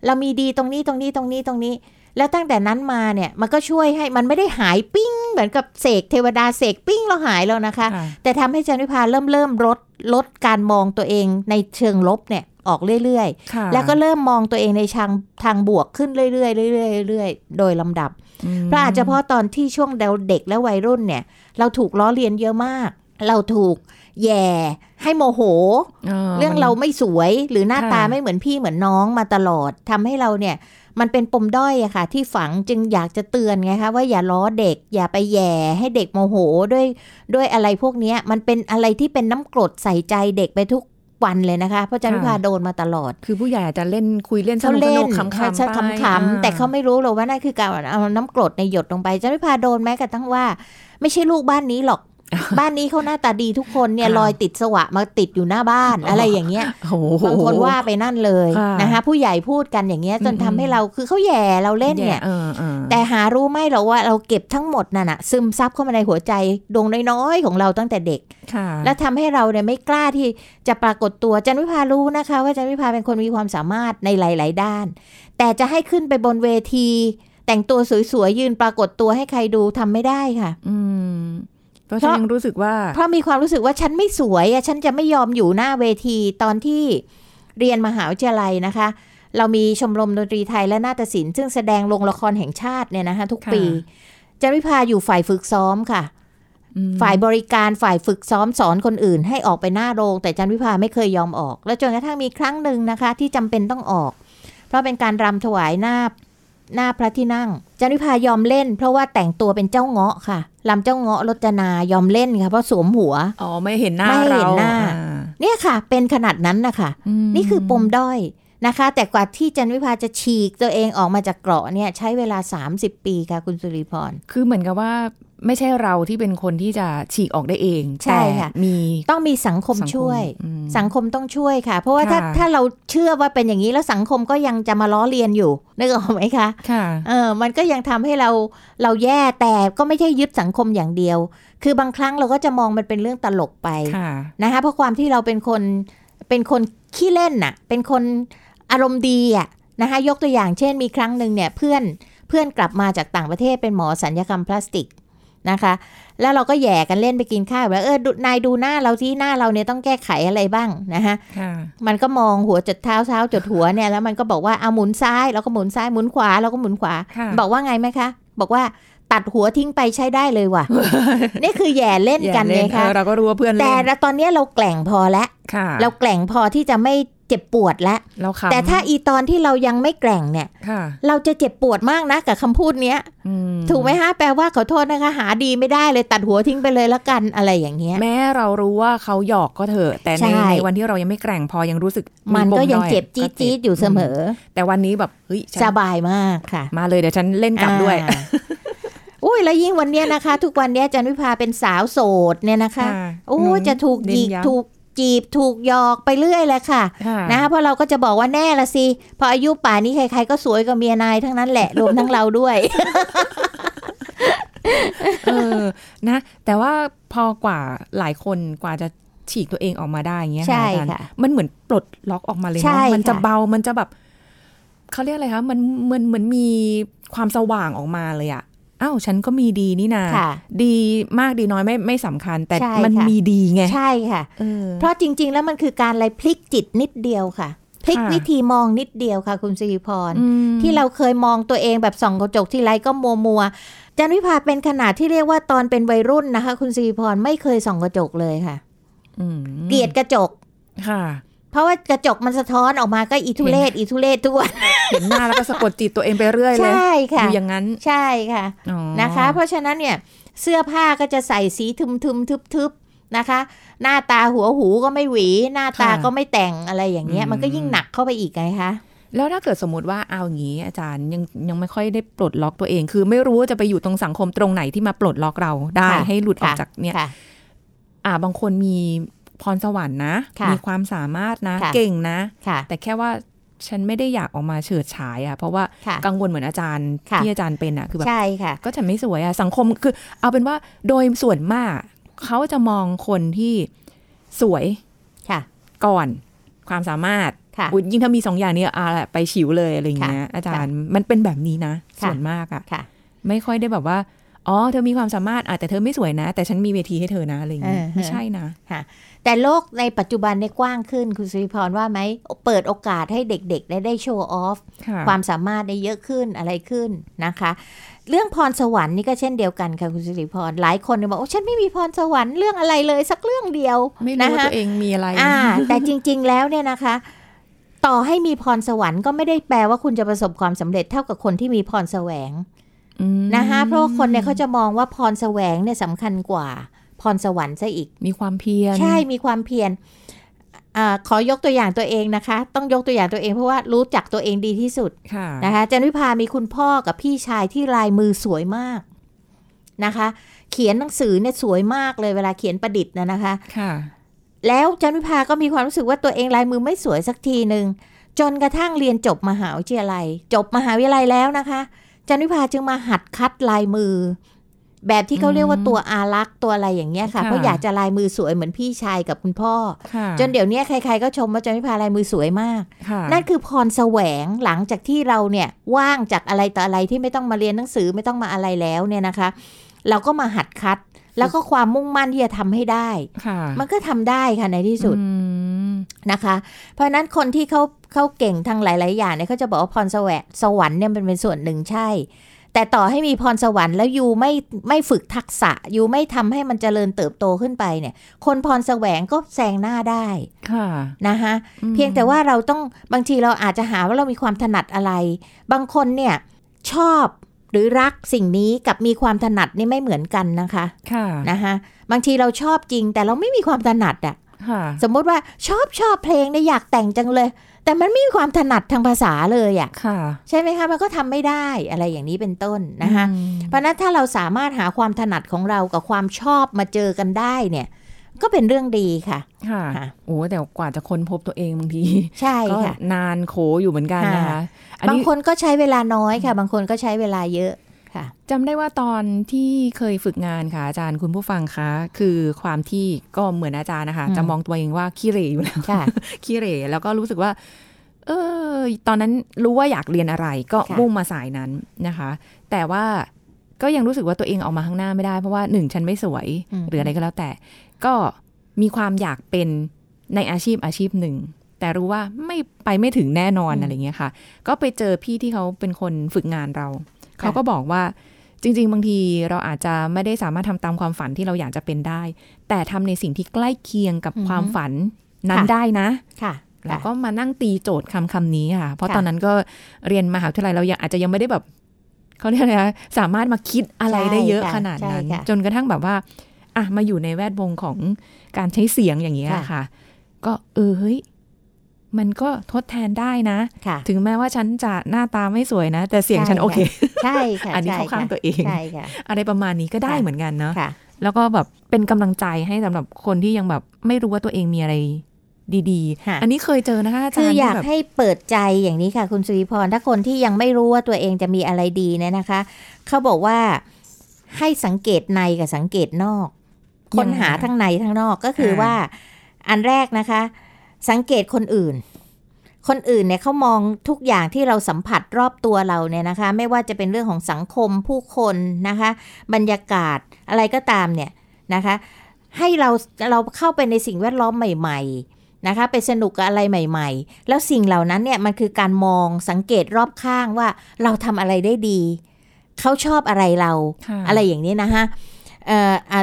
[SPEAKER 2] เรามีดีตรงนี้ตรงนี้ตรงนี้ตรงนี้ แล้วตั้งแต่นั้นมาเนี่ยมันก็ช่วยให้มันไม่ได้หายปิ้ง เหมือนกับเสกเทวดาเสกปิ้งเราหายแล้วนะคะ
[SPEAKER 3] ค่ะ
[SPEAKER 2] แต่ทำให้จันวิพาเริ่มเริ่มลดลดการมองตัวเองในเชิงลบเนี่ยออกเรื่อย
[SPEAKER 3] ค่ะ
[SPEAKER 2] ๆ แล้วก็เริ่มมองตัวเองในทางทางบวกขึ้นเรื่อยๆเรื่อยๆเรื่อยๆโดยลำดับ
[SPEAKER 3] อืม
[SPEAKER 2] เพราะอาจจะเพราะตอนที่ช่วงเด็กและวัยรุ่นเนี่ย เราถูกล้อเลียนเยอะมาก เราถูกแย่ ให้โมโห เรื่องเรา
[SPEAKER 3] มัน
[SPEAKER 2] ไม่สวยหรือหน้า
[SPEAKER 3] ค่ะ
[SPEAKER 2] ตาไม่เหมือนพี่เหมือนน้องมาตลอดทำให้เราเนี่ย มันเป็นปมด้อยอะค่ะ ที่ฝังจึงอยากจะเตือนไงคะว่าอย่าล้อเด็ก อย่าไปแย่ ให้เด็กโมโหด้วยด้วยอะไรพวกเนี้ยมันเป็นอะไรที่เป็นน้ำกรดใส่ใจเด็กไปทุกวันเลยนะคะเพราะจันทร์วิพาโดนมาตลอด
[SPEAKER 3] คือผู้ใหญ่อาจจะเล่นคุยเล่นส
[SPEAKER 2] เขา
[SPEAKER 3] นุกส
[SPEAKER 2] เล่น
[SPEAKER 3] นุกขำๆ
[SPEAKER 2] เขาใช้
[SPEAKER 3] ไป
[SPEAKER 2] ขำๆแต่เขาไม่รู้หรอกว่านั่นคือการเอาน้ำกรดในหยดลงไปจะไม่พาโดนแม้กระทั่งว่า ไม่ใช่ลูกบ้านนี้หร อก บ้านนี้เขาหน้าตาดีทุกคนเนี่ยลอยติดสวะมาติดอยู่หน้าบ้านอะไรอย่างเงี้ย
[SPEAKER 3] โอ้โห
[SPEAKER 2] บางคนว่าไปนั่นเลย
[SPEAKER 3] ค่ะ
[SPEAKER 2] นะคะผู้ใหญ่พูดกันอย่างเงี้ยจน
[SPEAKER 3] อืม
[SPEAKER 2] ทำให้เราคือเขาแย่เราเล่นเนี่ย
[SPEAKER 3] แออเออ
[SPEAKER 2] แต่หารู้ไหมหรอกว่าเราเก็บทั้งหมดนั่นน่ะซึมซับเข้ามาในหัวใจดวงน้อยๆของเราตั้งแต่เด็ก
[SPEAKER 3] ค่ะ
[SPEAKER 2] แล้วทำให้เราเนี่ยไม่กล้าที่จะปรากฏตัวจันวิภารู้นะคะ ว่าจันวิภาเป็นคนมีความสามารถในหลาย ๆ ด้าน แต่จะให้ขึ้นไปบนเวที แต่งตัวสวย ๆ ยืนปรากฏตัวให้ใครดูทำไม่ได้ค่ะ
[SPEAKER 3] อืมเพราะฉันยังรู้สึกว่า
[SPEAKER 2] เพราะมีความรู้สึกว่าฉันไม่สวยอะฉันจะไม่ยอมอยู่หน้าเวทีตอนที่เรียนมหาวิทยาลัยนะคะ เรามีชมรมดนตรีไทยและนาฏศิลป์ซึ่งแสดงลงละครแห่งชาติเนี่ยนะคะ ทุก
[SPEAKER 3] ค่ะ
[SPEAKER 2] ปีจันวิภาอยู่ฝ่ายฝึกซ้อมค่ะ
[SPEAKER 3] อืม
[SPEAKER 2] ฝ่ายบริการฝ่ายฝึกซ้อมสอนคนอื่น ให้ออกไปหน้าโรง แต่จันวิภาไม่เคยยอมออก แล้วจนกระทั่งมีครั้งหนึ่งนะคะ ที่จำเป็นต้องออก เพราะเป็นการรำถวายหน้าหน้าพระที่นั่งจันวิภายอมเล่น เพราะว่าแต่งตัวเป็นเจ้าเงาะค่ะรำเจ้าเงาะรจนายอมเล่นค่ะเพราะสวมหัว
[SPEAKER 3] อ๋อไม่เห็นหน้า
[SPEAKER 2] ไม่เห็น
[SPEAKER 3] เรา
[SPEAKER 2] หน้า
[SPEAKER 3] อ่
[SPEAKER 2] เนี่ยค่ะ เป็นขนาดนั้นนะคะ
[SPEAKER 3] ม
[SPEAKER 2] นี่คือปมด้อยนะคะ แต่กว่าที่จันวิภาจะฉีกตัวเองออกมาจากเกราะเนี่ยใช้เวลา 30 ปีค่ะคุณสุริพร
[SPEAKER 3] คือเหมือนกับว่าไม่ใช่เราที่เป็นคนที่จะฉีกออกได้เอง
[SPEAKER 2] ใช่ค่ะ
[SPEAKER 3] แต่มี
[SPEAKER 2] ต้องมีสังคม
[SPEAKER 3] สัง
[SPEAKER 2] ช่วย
[SPEAKER 3] อืม
[SPEAKER 2] สังคมต้องช่วยค่ะ เพราะว่าถ้า
[SPEAKER 3] ค่ะ
[SPEAKER 2] ถ้าเราเชื่อว่าเป็นอย่างนี้แล้วสังคมก็ยังจะมาล้อเลียนอยู่นึกออกไหมคะ
[SPEAKER 3] ค่ะ
[SPEAKER 2] เออมันก็ยังทำให้เราเราแย่แต่ก็ไม่ใช่ยึดสังคมอย่างเดียว คือบางครั้งเราก็จะมองมันเป็นเรื่องตลกไป
[SPEAKER 3] ค่ะ
[SPEAKER 2] นะคะเพราะความที่เราเป็นคนเป็นคนขี้เล่นน่ะ เป็นคนอารมณ์ดีอ่ะนะคะยกตัวอย่างเช่นมีครั้งหนึ่งเนี่ยเพื่อนเพื่อนกลับมาจากต่างประเทศเป็นหมอสัญญกรรมพลาสติกนะคะ แล้วเราก็แหย่กันเล่นไปกินข้าวแล้วเออดูนายดูหน้าเราที่หน้าเราเนี่ยต้องแก้ไขอะไรบ้างนะคะ
[SPEAKER 3] ค่ะ
[SPEAKER 2] มันก็มองหัวจดเท้าเท้าจดหัวเนี่ยแล้วมันก็บอกว่าเอาหมุนซ้ายแล้วก็หมุนซ้ายหมุนขวาแล้วก็หมุนขวา
[SPEAKER 3] ค่ะ
[SPEAKER 2] บอกว่าไงไหมคะ บอกว่าตัดหัวทิ้งไปใช้ได้เลย ว่ะ นี่คือแย่เล่นกัน
[SPEAKER 3] อ
[SPEAKER 2] ไง
[SPEAKER 3] ย่าเล่
[SPEAKER 2] คะ
[SPEAKER 3] เออเราก็รู้ว่าเพื่อน
[SPEAKER 2] แต่
[SPEAKER 3] เล่น
[SPEAKER 2] ละตอนเนี้ยเราแกล่งพอแล้ว
[SPEAKER 3] ค่ะ
[SPEAKER 2] เราแกล่งพอที่จะไม่เจ็บปวดแล้ว
[SPEAKER 3] เราขำ
[SPEAKER 2] แต่ถ้าอีตอนที่เรายังไม่แกล่งเนี่ย
[SPEAKER 3] ค่ะ
[SPEAKER 2] เราจะเจ็บปวดมากนะกับคำพูดเนี้ย
[SPEAKER 3] อื
[SPEAKER 2] ถูกไหมคะแปลว่าขอโทษนะคะ หาดีไม่ได้เลยตัดหัวทิ้งไปเลยละกันอะไรอย่างเงี้ย
[SPEAKER 3] แม้เรารู้ว่าเขาหยอกก็เถอะ แต่
[SPEAKER 2] ใช่
[SPEAKER 3] ในในวันที่เรายังไม่แกร่งพอยังรู้สึก
[SPEAKER 2] มันก็ยัง
[SPEAKER 3] ปด้อ
[SPEAKER 2] เจ็บจี๊ดจี๊ดอยู่เสมอ
[SPEAKER 3] แต่วันนี้แบบเฮ้ยฉัน
[SPEAKER 2] สบายมากค่ะ
[SPEAKER 3] มาเลยเดี๋ยวฉันเล่นกลับด้วย
[SPEAKER 2] อ่าอุ้ยแล้วยิ่งวันเนี้ยนะคะ ทุกวันเนี้ยอาจันวิภาเป็นสาวโสดเนี่ยนะคะ โอ้ยจะถูกหยิก
[SPEAKER 3] เน้นย้ำ
[SPEAKER 2] ถูกจีบถูกหยอกไปเรื่อยเลยค่ะ
[SPEAKER 3] ค่ะ
[SPEAKER 2] นะคะเพราะเราก็จะบอกว่าแน่ละสิ พออายุป่านนี้ใครๆก็สวยกว่าเมียนายทั้งนั้นแหละ รวมทั้งเราด้วย
[SPEAKER 3] เออนะ แต่ว่าพอกว่าหลายคนกว่าจะ ฉีกตัวเองออกมาได้อย่างเงี้ย
[SPEAKER 2] ใช่
[SPEAKER 3] อาจารย์
[SPEAKER 2] ค่ะ
[SPEAKER 3] มันเหมือนปลดล็อกออกมาเลย
[SPEAKER 2] ใช่
[SPEAKER 3] เนาะมันจะ
[SPEAKER 2] ค่ะ
[SPEAKER 3] เบามันจะแบบเขาเรียกอะไรคะมันเหมือนเหมือนมีความสว่างออกมาเลยอะอ้าวฉันก็มีดีนี่นา
[SPEAKER 2] ค่ะ
[SPEAKER 3] ดีมากดีน้อยไม่ไม่สำคัญ แต่
[SPEAKER 2] ใช่
[SPEAKER 3] มัน
[SPEAKER 2] ค่ะ
[SPEAKER 3] มีดีไง
[SPEAKER 2] ใช่ค่ะ
[SPEAKER 3] เออ
[SPEAKER 2] เพราะจริง ๆ แล้วมันคือการอะไรพลิกจิตนิดเดียวค่ะ พลิก
[SPEAKER 3] ค่ะ
[SPEAKER 2] วิธีมองนิดเดียวค่ะ คุณสิริพร
[SPEAKER 3] อืม
[SPEAKER 2] ที่เราเคยมองตัวเองแบบส่องกระจกที่ไรก็มัวมัวๆจันวิภาเป็นขนาดที่เรียกว่าตอนเป็นวัยรุ่นนะคะ คุณสิริพรไม่เคยส่องกระจกเลยค่ะ
[SPEAKER 3] อืม
[SPEAKER 2] เกลียดกระจก
[SPEAKER 3] ค่ะ
[SPEAKER 2] เพราะว่ากระจกมันสะท้อนออกมาก็อีทุเลศอีทุเลศทุกวัน
[SPEAKER 3] เห็นหน้าแล้วก็สะกดจิตตัวเองไปเรื่อยเลย
[SPEAKER 2] ใช่
[SPEAKER 3] อ
[SPEAKER 2] ค่ะ
[SPEAKER 3] ยู่อย่างนั้น
[SPEAKER 2] ใช่ค่ะ
[SPEAKER 3] อ๋อ
[SPEAKER 2] นะคะ เพราะฉะนั้นเนี่ยเสื้อผ้าก็จะใส่สีทึมทึมทึบทึบๆนะคะ หน้าตาหัวหูก็ไม่หวี หน้าตาก็ไม่แต่งอะไรอย่างเงี้ย มันก็ยิ่งหนักเข้าไปอีกไงคะ
[SPEAKER 3] แล้วถ้าเกิดสมมติว่าเอาอย่างนี้อาจารย์ยังยังไม่ค่อยได้ปลดล็อกตัวเอง คือไม่รู้ว่าจะไปอยู่ตรงสังคมตรงไหนที่มาปลดล็อกเราได้
[SPEAKER 2] ค่ะ
[SPEAKER 3] ให้หลุดออกจากเนี่ย
[SPEAKER 2] ค่ะ
[SPEAKER 3] อ่าบางคนมีพรสวรรค์นะ
[SPEAKER 2] ค่ะ
[SPEAKER 3] มีความสามารถนะ
[SPEAKER 2] ค่ะ
[SPEAKER 3] เก่งนะ
[SPEAKER 2] ค่ะ
[SPEAKER 3] แต่แค่ว่าฉันไม่ได้อยากออกมาเฉิดฉายอะเพราะว่า
[SPEAKER 2] ค่ะ
[SPEAKER 3] กังวลเหมือนอาจารย์
[SPEAKER 2] ค่ะ
[SPEAKER 3] ที่อาจารย์เป็นอะคือแบบ
[SPEAKER 2] ใช่ค่ะ
[SPEAKER 3] ก็ฉันไม่สวยอะสังคมคือ เอาเป็นว่าโดยส่วนมาก เขาจะมองคนที่สวย
[SPEAKER 2] ค่ะ
[SPEAKER 3] ก่อน ความสามารถ
[SPEAKER 2] ค่ะ
[SPEAKER 3] อุ๊ยยิ่งถ้ามีสองอย่างนี้อ่ะไปฉิวเลยอะไรอย่างเงี้ยอาจารย์มันเป็นแบบนี้นะ
[SPEAKER 2] ค่ะ
[SPEAKER 3] ส่วนมากอะ
[SPEAKER 2] ค่ะ
[SPEAKER 3] ไม่ค่อยได้แบบว่าอ๋อเธอมีความสามารถอ่ะแต่เธอไม่สวยนะ แต่ฉันมีเวทีให้เธอนะอะไรอย่างเงี้ยไม่ใช่นะ
[SPEAKER 2] ค่ะ แต่โลกในปัจจุบันเนี่ยกว้างขึ้นคุณสุริพรว่าไหม เปิดโอกาสให้เด็กๆ ได้ได้โชว์ออฟ
[SPEAKER 3] ค่ะ
[SPEAKER 2] ความสามารถได้เยอะขึ้นอะไรขึ้นนะคะ เรื่องพรสวรรค์นี่ก็เช่นเดียวกันค่ะคุณสิริพรหลายคนเนี่ยบอกโอ้ฉันไม่มีพรสวรรค์เรื่องอะไรเลยสักเรื่องเดียว
[SPEAKER 3] ไม่รู้ว่า
[SPEAKER 2] นะคะ
[SPEAKER 3] ตัวเองมีอะไร
[SPEAKER 2] อ่า แต่จริงๆแล้วเนี่ยนะคะ ต่อให้มีพรสวรรค์ก็ไม่ได้แปลว่าคุณจะประสบความสำเร็จเท่ากับคนที่มีพรแสวง
[SPEAKER 3] อืม
[SPEAKER 2] นะคะเพราะว่าคนเนี่ยเขาจะมองว่าพรแสวงเนี่ยสำคัญกว่าพรสวรรค์ซะอีก
[SPEAKER 3] มีความเพียร
[SPEAKER 2] ใช่มีความเพียรอาขอยกตัวอย่างตัวเองนะคะ ต้องยกตัวอย่างตัวเองเพราะว่ารู้จักตัวเองดีที่สุด
[SPEAKER 3] ค่ะ
[SPEAKER 2] นะคะจันวิพามีคุณพ่อกับพี่ชายที่ลายมือสวยมากนะคะ เขียนหนังสือเนี่ยสวยมากเลยเวลาเขียนประดิษฐ์นะนะคะ
[SPEAKER 3] ค่ะ
[SPEAKER 2] แล้วจันวิพาก็มีความรู้สึกว่าตัวเองลายมือไม่สวยสักทีหนึ่งจนกระทั่งเรียนจบมหาวิทยาลัย จบมหาวิทยาลัยแล้วนะคะจันวิพาจึงมาหัดคัดลายมือ แบบที่เขาเรียกว่าตัวอารักษ์ตัวอะไรอย่างเงี้ยค่ะ
[SPEAKER 3] ค่ะ
[SPEAKER 2] เพราะอยากจะลายมือสวยเหมือนพี่ชายกับคุณพ่อ
[SPEAKER 3] ค่ะ
[SPEAKER 2] จนเดี๋ยวนี้ใครๆก็ชมว่าจันวิพาลายมือสวยมาก
[SPEAKER 3] ค่ะ
[SPEAKER 2] นั่นคือพรแสวงหลังจากที่เราเนี่ยว่างจากอะไรต่ออะไรที่ไม่ต้องมาเรียนหนังสือไม่ต้องมาอะไรแล้วเนี่ยนะคะ เราก็มาหัดคัด แล้วก็ความมุ่งมั่นที่จะทำให้ได้
[SPEAKER 3] ค่ะ
[SPEAKER 2] มันก็ทำได้ค่ะในที่สุด
[SPEAKER 3] อืม
[SPEAKER 2] นะคะ เพราะฉะนั้นคนที่เขาเขาเก่งทางหลาย ๆ อย่างเนี่ยเขาจะบอกว่าพรแสวงสวรรค์เนี่ยมันเป็นส่วนหนึ่งใช่ แต่ต่อให้มีพรสวรรค์แล้วยูไม่ไม่ฝึกทักษะยูไม่ทำให้มันเจริญเติบโตขึ้นไปเนี่ย คนพรแสวงก็แซงหน้าได้
[SPEAKER 3] ค่ะ
[SPEAKER 2] นะคะ
[SPEAKER 3] อืม
[SPEAKER 2] เพียงแต่ว่าเราต้องบางทีเราอาจจะหาว่าเรามีความถนัดอะไร บางคนเนี่ยชอบหรือรักสิ่งนี้กับมีความถนัดนี่ไม่เหมือนกันนะคะ
[SPEAKER 3] ค่ะ
[SPEAKER 2] นะคะบางทีเราชอบจริงแต่เราไม่มีความถนัดอะ
[SPEAKER 3] ค่ะ
[SPEAKER 2] สมมติว่าชอบชอบเพลงเนี่ยอยากแต่งจังเลย แต่มันไม่มีความถนัดทางภาษาเลยอะ
[SPEAKER 3] ค่ะ
[SPEAKER 2] ใช่ไหมคะมันก็ทำไม่ได้อะไรอย่างนี้เป็นต้นนะคะ
[SPEAKER 3] อืม
[SPEAKER 2] เพราะฉะนั้นถ้าเราสามารถหาความถนัดของเรากับความชอบมาเจอกันได้เนี่ยก็เป็นเรื่องดีค่ะ
[SPEAKER 3] ค่ะ
[SPEAKER 2] ค่ะ
[SPEAKER 3] โอ้แต่กว่าจะค้นพบตัวเองบางที
[SPEAKER 2] ใช่
[SPEAKER 3] ก็
[SPEAKER 2] ค่ะ
[SPEAKER 3] นานโขอยู่เหมือนกันนะ
[SPEAKER 2] ค่ะ
[SPEAKER 3] คะอัน
[SPEAKER 2] บาง
[SPEAKER 3] นี้
[SPEAKER 2] คนก็ใช้เวลาน้อยค่ะ บางคนก็ใช้เวลาเยอะค่ะ
[SPEAKER 3] จำได้ว่าตอนที่เคยฝึกงานค่ะ อาจารย์คุณผู้ฟังคะคือความที่ก็เหมือนอาจารย์นะคะ
[SPEAKER 2] อืม
[SPEAKER 3] จะมองตัวเองว่าขี้เหร่อยู่แล้ว
[SPEAKER 2] ค่ะ
[SPEAKER 3] ขี้เหร่แล้วก็รู้สึกว่า เออตอนนั้นรู้ว่าอยากเรียนอะไรก็
[SPEAKER 2] ค่ะ
[SPEAKER 3] มุ่งมาสายนั้นนะคะ แต่ว่าก็ยังรู้สึกว่าตัวเองออกมาข้างหน้าไม่ได้เพราะว่าหนึ่งฉันไม่สวย หรืออะไรก็แล้วแต่ ก็มีความอยากเป็นในอาชีพอาชีพหนึ่ง แต่รู้ว่าไม่ไปไม่ถึงแน่นอน
[SPEAKER 2] อืม
[SPEAKER 3] อะไรเงี้ยค่ะ ก็ไปเจอพี่ที่เขาเป็นคนฝึกงานเรา เขาก็บอกว่าจริง ๆ บางทีเราอาจจะไม่ได้สามารถทำตามความฝันที่เราอยากจะเป็นได้ แต่ทำในสิ่งที่ใกล้เคียงกับ
[SPEAKER 2] อือฮึ
[SPEAKER 3] ความฝันนั้น
[SPEAKER 2] ค่ะ
[SPEAKER 3] ได้นะ
[SPEAKER 2] ค่ะ
[SPEAKER 3] แล้ว
[SPEAKER 2] ค่ะ
[SPEAKER 3] ก็มานั่งตีโจทย์คำคำนี้ค่ะ เพราะ
[SPEAKER 2] ค่ะ
[SPEAKER 3] ตอนนั้นก็เรียนมหาวิทยาลัยเรายังอาจจะยังไม่ได้แบบเขาเรียกอะไรนะ สามารถมาคิดอะไรได้เยอะ
[SPEAKER 2] ใช่ค่ะ
[SPEAKER 3] ขนาดนั้น
[SPEAKER 2] ใช่ค่ะ
[SPEAKER 3] จนกระทั่งแบบว่า อ่ะมาอยู่ในแวดวงของการใช้เสียงอย่างเงี้ย
[SPEAKER 2] ค่ะ
[SPEAKER 3] ค่ะ ก็เออเฮ้ยมันก็ทดแทนได้นะ
[SPEAKER 2] ค่ะ
[SPEAKER 3] ถึงแม้ว่าฉันจะหน้าตาไม่สวยนะ แต่เสียงฉัน
[SPEAKER 2] ใช่ค่ะ
[SPEAKER 3] โอเค
[SPEAKER 2] ใช่ค่ะ
[SPEAKER 3] อันนี้เข้าข้างตัวเอง
[SPEAKER 2] ใช่ค่ะ
[SPEAKER 3] อะไรประมาณนี้ก็ได้
[SPEAKER 2] ค่ะ
[SPEAKER 3] เหมือนกันเนาะ
[SPEAKER 2] ค่ะ
[SPEAKER 3] แล้วก็แบบเป็นกำลังใจให้สำหรับคนที่ยังแบบไม่รู้ว่าตัวเองมีอะไรดี
[SPEAKER 2] ค่ะ
[SPEAKER 3] ๆ อันนี้เคยเจอนะคะอาจารย์
[SPEAKER 2] คืออยาก
[SPEAKER 3] ที่แบบ
[SPEAKER 2] ให้เปิดใจอย่างนี้ค่ะ คุณสุริพรถ้าคนที่ยังไม่รู้ว่าตัวเองจะมีอะไรดีเนี่ยนะคะ เขาบอกว่าให้สังเกตในกับสังเกตนอก ค้นหา
[SPEAKER 3] ยังไงอะ
[SPEAKER 2] ทั้งในทั้งนอกก็คือว่า อันแรกนะคะ สังเกตคนอื่น คนอื่นเนี่ยเขามองทุกอย่างที่เราสัมผัสรอบตัวเราเนี่ยนะคะ ไม่ว่าจะเป็นเรื่องของสังคมผู้คนนะคะ บรรยากาศอะไรก็ตามเนี่ยนะคะ ให้เราเราเข้าไปในสิ่งแวดล้อมใหม่ ๆนะคะ ไปสนุกกับอะไรใหม่ ๆ แล้วสิ่งเหล่านั้นเนี่ยมันคือการมองสังเกตรอบข้างว่าเราทำอะไรได้ดีเขาชอบอะไรเรา
[SPEAKER 3] ค่ะ
[SPEAKER 2] อะไรอย่างนี้นะคะเอ่ออ่ะ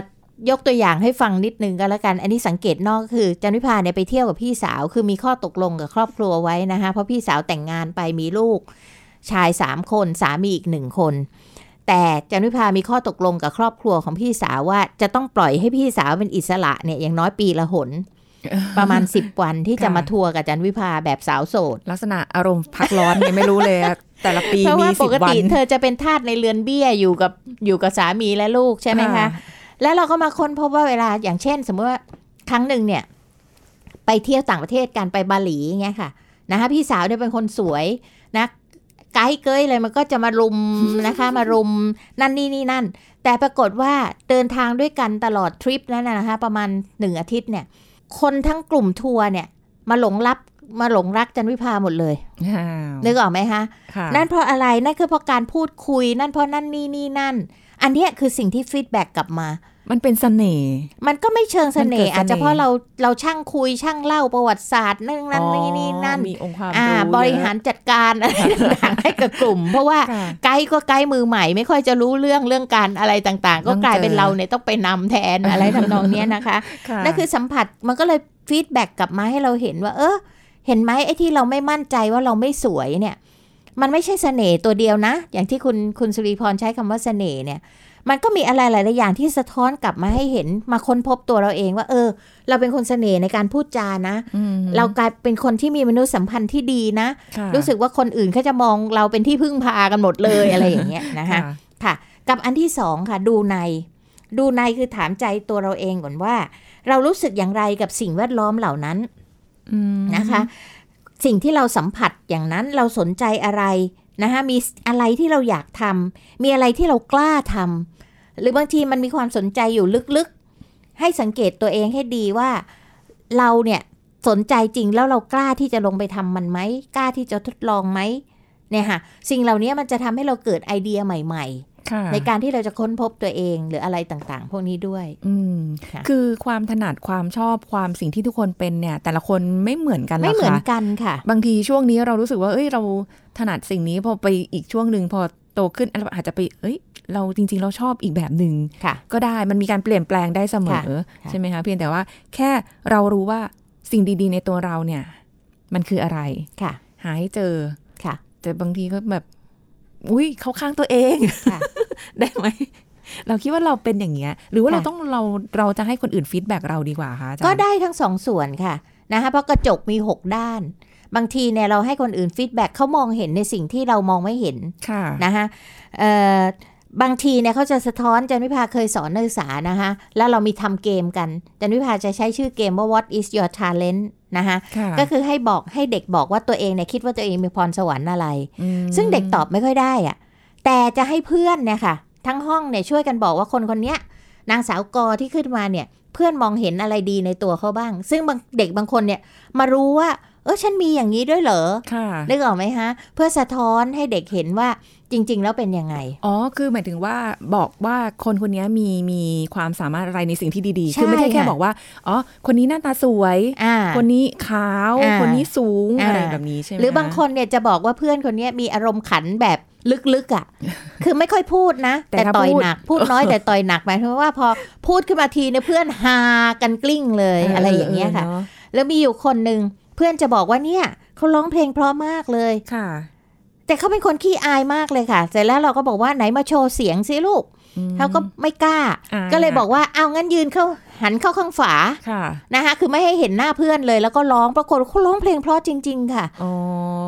[SPEAKER 2] ยกตัวอย่างให้ฟังนิดนึงก็แล้วกัน อันนี้สังเกตนอกก็คือจันวิพาเนี่ยไปเที่ยวกับพี่สาว คือมีข้อตกลงกับครอบครัวไว้นะคะ เพราะพี่สาวแต่งงานไปมีลูก ชายสามคนสามีอีกหนึ่งคน แต่จันวิพามีข้อตกลงกับครอบครัวของพี่สาวว่าจะต้องปล่อยให้พี่สาวเป็นอิสระเนี่ยอย่างน้อยปีละหน ประมาณ 10 วันที่จะ
[SPEAKER 3] ค่ะ
[SPEAKER 2] มาทัวร์กับจันวิพาแบบสาวโสด
[SPEAKER 3] ลักษณะอารมณ์พักร้อนเนี่ยไม่รู้เลยอะ แต่ละปี
[SPEAKER 2] เพราะ
[SPEAKER 3] มี
[SPEAKER 2] ว่าป
[SPEAKER 3] สิบ
[SPEAKER 2] ก
[SPEAKER 3] วั
[SPEAKER 2] ติ
[SPEAKER 3] น
[SPEAKER 2] เธอจะเป็นทาสในเรือนเบี้ยอยู่กับอยู่กับสามีและลูกใช่ไหมคะ
[SPEAKER 3] ค่ะ
[SPEAKER 2] แล้วเราก็มาค้นพบว่าเวลาอย่างเช่น สมมติว่าครั้งหนึ่งเนี่ย ไปเที่ยวต่างประเทศกันไปบาหลีอย่างเงี้ยค่ะนะคะพี่สาวเนี่ยเป็นคนสวยนะไกด์เกยเลยมันก็จะมารุม นะคะ มารุมนั่นนี่นี่นั่น แต่ปรากฏว่าเดินทางด้วยกันตลอดทริปนั้นนะนะคะ ประมาณหนึ่งอาทิตย์เนี่ย คนทั้งกลุ่มทัวร์เนี่ย มาหลงรับมาหลงรักจันวิพาหมดเลย
[SPEAKER 3] อ้าว
[SPEAKER 2] นึกออกไหมคะ
[SPEAKER 3] ค่ะ
[SPEAKER 2] นั่นเพราะอะไร นั่นคือเพราะการพูดคุย นั่นเพราะนั่นนี่นี่นั่น อันเนี้ยคือสิ่งที่ฟีดแบ็กกลับมา
[SPEAKER 3] มันเป็นเสน่ห์
[SPEAKER 2] มันก็ไม่เชิงเส
[SPEAKER 3] มันเกิ
[SPEAKER 2] น่
[SPEAKER 3] ด
[SPEAKER 2] ห์
[SPEAKER 3] เสน่ห์
[SPEAKER 2] อาจจะเพราะเราเราช่างคุยช่างเล่าประวัติศาสตร์นั่นนั่นนี่นี่นั่น
[SPEAKER 3] มีองค์ความ
[SPEAKER 2] อ่า
[SPEAKER 3] รู้
[SPEAKER 2] บริหารจัดการ อะไรต่างๆให้กับกลุ่ม เพราะว่า
[SPEAKER 3] ค่ะ
[SPEAKER 2] ไกด์ก็ไกด์มือใหม่ ไม่ค่อยจะรู้เรื่องเรื่องการอะไรต่างๆ ก็
[SPEAKER 3] ต้อง
[SPEAKER 2] กลายเป็น
[SPEAKER 3] เจอ
[SPEAKER 2] เราเนี่ยต้องไปนำแทนอะไรทำนองเนี้ยนะคะ
[SPEAKER 3] ค่ะ
[SPEAKER 2] นั่นคือสัมผัสมันก็เลยฟีดแบ็กกลับมาให้เราเห็นว่า เออเห็นไหมไอ้ที่เราไม่มั่นใจว่าเราไม่สวยเนี่ย มันไม่ใช่เสน่ห์ตัวเดียวนะ อย่างที่คุณคุณสุริพรใช้คำว่าเสน่ห์เนี่ย มันก็มีอะไรหลายๆอย่างที่สะท้อนกลับมาให้เห็นมาค้นพบตัวเราเองว่า เออ เราเป็นคนเสน่ห์ในการพูดจานะ
[SPEAKER 3] ม
[SPEAKER 2] เรากลายเป็นคนที่มีมนุษยสัมพันธ์ที่ดีนะ
[SPEAKER 3] ค่ะ
[SPEAKER 2] รู้สึกว่าคนอื่นเขาจะมองเราเป็นที่พึ่งพากันหมดเลยอะไรอย่างเงี้ยนะคะ ค่ะกับอันที่สองค่ะดูใน ดูในคือถามใจตัวเราเองก่อนว่า เรารู้สึกอย่างไรกับสิ่งแวดล้อมเหล่านั้น
[SPEAKER 3] อืม
[SPEAKER 2] นะคะ สิ่งที่เราสัมผัสอย่างนั้นเราสนใจอะไรนะคะมีอะไรที่เราอยากทำมีอะไรที่เรากล้าทำหรือบางทีมันมีความสนใจอยู่ลึกๆ ให้สังเกตตัวเองให้ดีว่า เราเนี่ยสนใจจริงแล้วเรากล้าที่จะลงไปทำมันไหมกล้าที่จะทดลองไหมเนี่ยค่ะสิ่งเหล่านี้มันจะทำให้เราเกิดไอเดียใหม่ ๆ
[SPEAKER 3] ค่ะ
[SPEAKER 2] ในการที่เราจะค้นพบตัวเองหรืออะไรต่างๆ พวกนี้ด้วย
[SPEAKER 3] อืม
[SPEAKER 2] ค่ะ
[SPEAKER 3] คือความถนัดความชอบความสิ่งที่ทุกคนเป็นเนี่ย แต่ละคนไม่เหมือนกัน
[SPEAKER 2] ไม่
[SPEAKER 3] รก
[SPEAKER 2] เหมือน
[SPEAKER 3] ค่ะ
[SPEAKER 2] กันค่ะ
[SPEAKER 3] บางทีช่วงนี้เรารู้สึกว่า เอ้ย เราถนัดสิ่งนี้พอไปอีกช่วงหนึ่งพอโตขึ้นเราอาจจะไป เอ้ย เราจริง ๆ เราชอบอีกแบบหนึ่ง
[SPEAKER 2] ค่ะ
[SPEAKER 3] ก็ได้มันมีการเปลี่ยนแปลงได้เสมอ
[SPEAKER 2] ค่ะ
[SPEAKER 3] ใช่ไหมคะเพียงแต่ว่าแค่เรารู้ว่าสิ่งดีๆ ในตัวเราเนี่ย มันคืออะไร
[SPEAKER 2] ค่ะ
[SPEAKER 3] หาให้เจอ
[SPEAKER 2] ค่ะ
[SPEAKER 3] แต่บางทีก็แบบ อุ้ยเข้าข้างตัวเอง
[SPEAKER 2] ค่ะ
[SPEAKER 3] ได้ไหม เราคิดว่าเราเป็นอย่างเงี้ย หรือว่า
[SPEAKER 2] ค่ะ
[SPEAKER 3] เราต้องเราเราจะให้คนอื่นฟีดแบ็กเราดีกว่าคะอาจารย์
[SPEAKER 2] ก็ได้ทั้งสองส่วนค่ะนะคะเพราะกระจกมี 6 ด้าน บางทีเนี่ยเราให้คนอื่นฟีดแบ็กเขามองเห็นในสิ่งที่เรามองไม่เห็น
[SPEAKER 3] ค่ะ
[SPEAKER 2] นะคะเอ่อบางทีเนี่ยเขาจะสะท้อนจันวิภาเคยสอนนักศึกษานะคะแล้วเรามีทำเกมกันจันวิภาจะใช้ชื่อเกมว่า what is your talent นะคะ
[SPEAKER 3] ค่ะ
[SPEAKER 2] ก็คือให้บอกให้เด็กบอกว่าตัวเองเนี่ยคิดว่าตัวเองมีพรสวรรค์อะไร
[SPEAKER 3] ม
[SPEAKER 2] ซึ่งเด็กตอบไม่ค่อยได้อะแต่จะให้เพื่อนเนี่ยค่ะ ทั้งห้องเนี่ยช่วยกันบอกว่าคนคนเนี้ยนางสาวกอที่ขึ้นมาเนี่ย เพื่อนมองเห็นอะไรดีในตัวเขาบ้าง ซึ่งบางเด็กบางคนเนี่ยมารู้ว่า เออฉันมีอย่างนี้ด้วยเหรอ
[SPEAKER 3] ค่ะ
[SPEAKER 2] นึกออกไหมฮะ เพื่อสะท้อนให้เด็กเห็นว่าจริง ๆ แล้วเป็นยังไง
[SPEAKER 3] อ๋อ คือหมายถึงว่าบอกว่าคนคนนี้มีมีความสามารถอะไรในสิ่งที่ดี
[SPEAKER 2] ใช่
[SPEAKER 3] ๆ คือไม่ใช่แค่
[SPEAKER 2] ค่ะ
[SPEAKER 3] บอกว่า อ๋อ คนนี้หน้าตาสวย
[SPEAKER 2] อ่า
[SPEAKER 3] คนนี้ขาว
[SPEAKER 2] อ่า
[SPEAKER 3] คนนี้สูง
[SPEAKER 2] อ่า
[SPEAKER 3] อะไรแบบนี้ใช่ไหม
[SPEAKER 2] หรือบางคนเนี่ยจะบอกว่าเพื่อนคนเนี้ยมีอารมณ์ขันแบบลึกๆ อะ่ะ คือไม่ค่อยพูดนะ แต่
[SPEAKER 3] ถ้า
[SPEAKER 2] ต่อย
[SPEAKER 3] พูด
[SPEAKER 2] หนัก พูดน้ อยแต่ต่อยหนักหมายความว่าพอพูดขึ้นมาทีเนี่ยเพื่อนฮากันกลิ้งเลยอะไรอย่างเงี้ยค่ะ
[SPEAKER 3] อออ
[SPEAKER 2] แล้วมีอยู่คนหนึ่งเพื่อนจะบอกว่าเนี่ยเขาร้องเพลงเพราะมากเลย
[SPEAKER 3] อค่ะ
[SPEAKER 2] แต่เขาเป็นคนขี้อายมากเลยค่ะ เสร็จแล้วเราก็บอกว่าไหนมาโชว์เสียงสิลูก
[SPEAKER 3] อืม
[SPEAKER 2] เขาก็ไม่กล้า
[SPEAKER 3] า
[SPEAKER 2] ก็เลยบอกว่าเอางั้นยืนเข้าหันเข้าข้างฝา
[SPEAKER 3] ค่ะ
[SPEAKER 2] นะคะคือไม่ให้เห็นหน้าเพื่อนเลย แล้วก็ร้องปรากฏว่าเขาร้องเพลงเพราะจริง ๆ ค่ะ
[SPEAKER 3] อ๋อ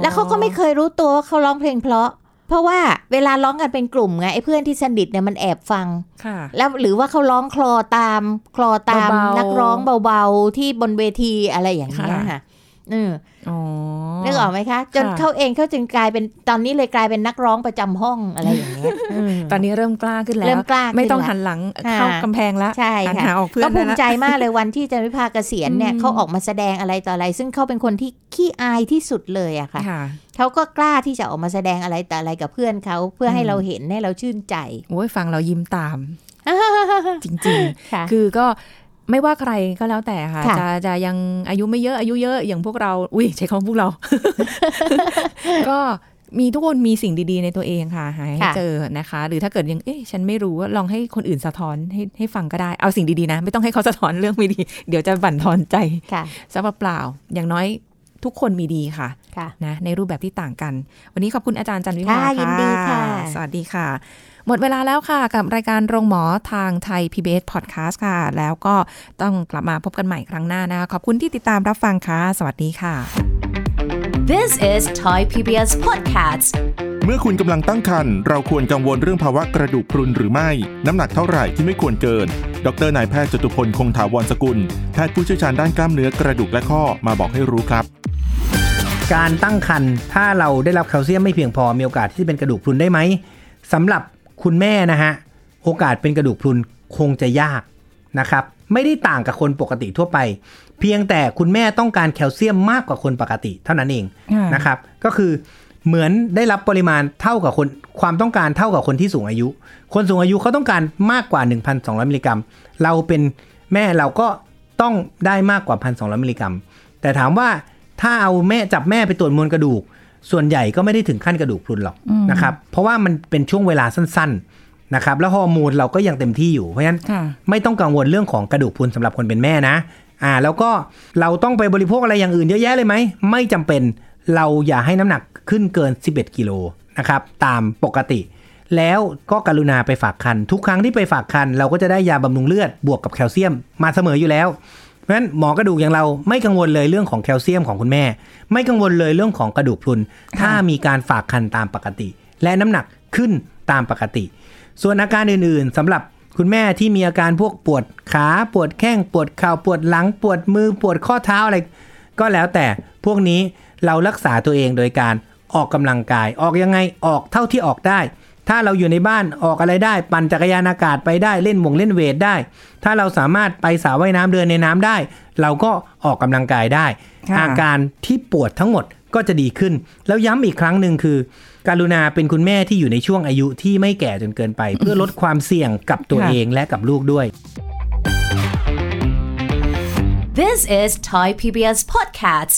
[SPEAKER 2] แล้วเขาก็ไม่เคยรู้ตัวว่าเขาร้องเพลงเพราะ เพราะว่าเวลาร้องกันเป็นกลุ่มไงไอ้เพื่อนที่สนิทเนี่ยมันแอบฟัง
[SPEAKER 3] ค่ะ
[SPEAKER 2] แล้วหรือว่าเขาร้องคลอตาม คลอตาม
[SPEAKER 3] เบาๆ
[SPEAKER 2] นักร้องเบาๆที่บนเวทีอะไรอย่างเงี้ย
[SPEAKER 3] ค่ะ
[SPEAKER 2] ค่ะ เออ
[SPEAKER 3] อ๋อ
[SPEAKER 2] นึกออกไหมคะ จน
[SPEAKER 3] ค่ะ
[SPEAKER 2] เขาเองเขาจึงกลายเป็นตอนนี้เลยกลายเป็นนักร้องประจำห้องอะไรอย่างเงี้ยอืม
[SPEAKER 3] ตอนนี้เริ่มกล้าขึ้นแล้ว
[SPEAKER 2] เริ่มกล้าขึ้น
[SPEAKER 3] ไม่ต้อง
[SPEAKER 2] แล้ว
[SPEAKER 3] หันหลัง
[SPEAKER 2] ค่ะ
[SPEAKER 3] เข้ากำแพงแล้ว
[SPEAKER 2] ใช่
[SPEAKER 3] หัน
[SPEAKER 2] ค่ะ
[SPEAKER 3] หาออกเพื่อน
[SPEAKER 2] ก็ภู
[SPEAKER 3] ได้
[SPEAKER 2] มิ
[SPEAKER 3] ละ
[SPEAKER 2] ใจมากเลยวันที่อาจันวิภาเกษียณเนี่ย
[SPEAKER 3] อืม
[SPEAKER 2] เขาออกมาแสดงอะไรต่ออะไร ซึ่งเขาเป็นคนที่ขี้อายที่สุดเลยอะค่ะ
[SPEAKER 3] ค่ะ
[SPEAKER 2] เขาก็กล้าที่จะออกมาแสดงอะไรต่ออะไรกับเพื่อนเขาเพื่อให้
[SPEAKER 3] อืม
[SPEAKER 2] เราเห็นให้เราชื่นใจ
[SPEAKER 3] โอ้ยฟังเรายิ้มตาม จริง ๆ
[SPEAKER 2] ค่ะ
[SPEAKER 3] คือก็ไม่ว่าใครก็แล้วแต่ค่ะ
[SPEAKER 2] ค่ะ
[SPEAKER 3] จะจะยังอายุไม่เยอะอายุเยอะอย่างพวกเรา อุ้ยใช้คำว่าพวกเรา ก็มีทุกคนมีสิ่งดีๆ ในตัวเองค่ะหาให้
[SPEAKER 2] ค่ะ
[SPEAKER 3] เจอนะคะ หรือถ้าเกิดยังเอ๊ะฉันไม่รู้ลองให้คนอื่นสะท้อนให้ให้ฟังก็ได้เอาสิ่งดีๆนะ ไม่ต้องให้เขาสะท้อนเรื่องไม่ดี เดี๋ยวจะบั่นทอนใจ
[SPEAKER 2] ค่ะ
[SPEAKER 3] ซะเปล่าๆอย่างน้อยทุกคนมีดีค่ะ
[SPEAKER 2] ค่ะ
[SPEAKER 3] นะในรูปแบบที่ต่างกัน วันนี้ขอบคุณอาจารย์จันทร์วิภา
[SPEAKER 2] ค่ะยินดีค่ะ
[SPEAKER 3] สวัสดีค่ะ หมดเวลาแล้วค่ะ กับรายการโรงหมอทางไทย PBS Podcast ค่ะ แล้วก็ต้องกลับมาพบกันใหม่ครั้งหน้านะคะขอบคุณที่ติดตามรับฟังค่ะ สวัสดีค่ะ
[SPEAKER 1] This is Thai PBS Podcast
[SPEAKER 4] เมื่อคุณกำลังตั้งครรภ์เราควรกังวลเรื่องภาวะกระดูกพรุนหรือไม่ น้ำหนักเท่าไหร่ที่ไม่ควรเกิน ดรนายแพทย์จตุพลคงถาวรสกุล แพทย์ผู้เชี่ยวชาญด้านกล้ามเนื้อกระดูกและข้อมาบอกให้รู้ครับ
[SPEAKER 5] การตั้งครรภ์ถ้าเราได้รับแคลเซียมไม่เพียงพอมีโอกาสที่จะเป็นกระดูกพรุนได้ไหมสำหรับคุณแม่นะฮะโอกาสเป็นกระดูกพรุนคงจะยากนะครับ ไม่ได้ต่างกับคนปกติทั่วไป เพียงแต่คุณแม่ต้องการแคลเซียมมากกว่าคนปกติเท่านั้นเอง
[SPEAKER 3] อ่าน
[SPEAKER 5] นะครับ ก็คือเหมือนได้รับปริมาณเท่ากับคนความต้องการเท่ากับคนที่สูงอายุ คนสูงอายุเขาต้องการมากกว่า 1,200 มิลลิกรัม เราเป็นแม่เราก็ต้องได้มากกว่า 1,200 มิลลิกรัม แต่ถามว่าถ้าเอาแม่จับแม่ไปตรวจมวลกระดูก ส่วนใหญ่ก็ไม่ได้ถึงขั้นกระดูกพรุนหรอกนะครับ เพราะว่ามันเป็นช่วงเวลาสั้นๆนะครับ แล้วฮอร์โมนเราก็ยังเต็มที่อยู่ เพราะฉะนั้น
[SPEAKER 3] ค่ะ
[SPEAKER 5] ไม่ต้องกังวลเรื่องของกระดูกพรุนสำหรับคนเป็นแม่นะ อ่า แล้วก็เราต้องไปบริโภคอะไรอย่างอื่นเยอะแยะเลยไหม ไม่จำเป็น เราอย่าให้น้ำหนักขึ้นเกิน 11 กิโลนะครับ ตามปกติ แล้วก็กรุณาไปฝากคัน ทุกครั้งที่ไปฝากคัน เราก็จะได้ยาบำรุงเลือดบวกกับแคลเซียมมาเสมออยู่แล้ว เพราะฉะนั้นหมอกระดูกอย่างเราไม่กังวลเลยเรื่องของแคลเซียมของคุณแม่ ไม่กังวลเลยเรื่องของกระดูกพรุน ถ้ามีการฝากคันตามปกติ และน้ำหนักขึ้นตามปกติ ส่วนอาการอื่นๆสำหรับคุณแม่ที่มีอาการพวกปวดขาปวดแข้งปวดเข่าปวดหลัง ปวดมือปวดข้อเท้าอะไร ก็แล้วแต่พวกนี้เรารักษาตัวเองโดยการออกกำลังกาย ออกยังไงออกเท่าที่ออกได้ ถ้าเราอยู่ในบ้านออกอะไรได้ ปั่นจักรยานอากาศไปได้เล่นวงเล่นเวทได้ ถ้าเราสามารถไปสระว่ายน้ำเดินในน้ำได้ เราก็ออกกำลังกายได้
[SPEAKER 3] ค่ะ
[SPEAKER 5] อาการที่ปวดทั้งหมดก็จะดีขึ้น แล้วย้ำอีกครั้งหนึ่งคือ การุณาเป็นคุณแม่ที่อยู่ในช่วงอายุที่ไม่แก่จนเกินไป เพื่อลดความเสี่ยงกับตัว
[SPEAKER 3] ค่ะ
[SPEAKER 5] เองและกับลูกด้วย
[SPEAKER 1] This is Thai PBS Podcast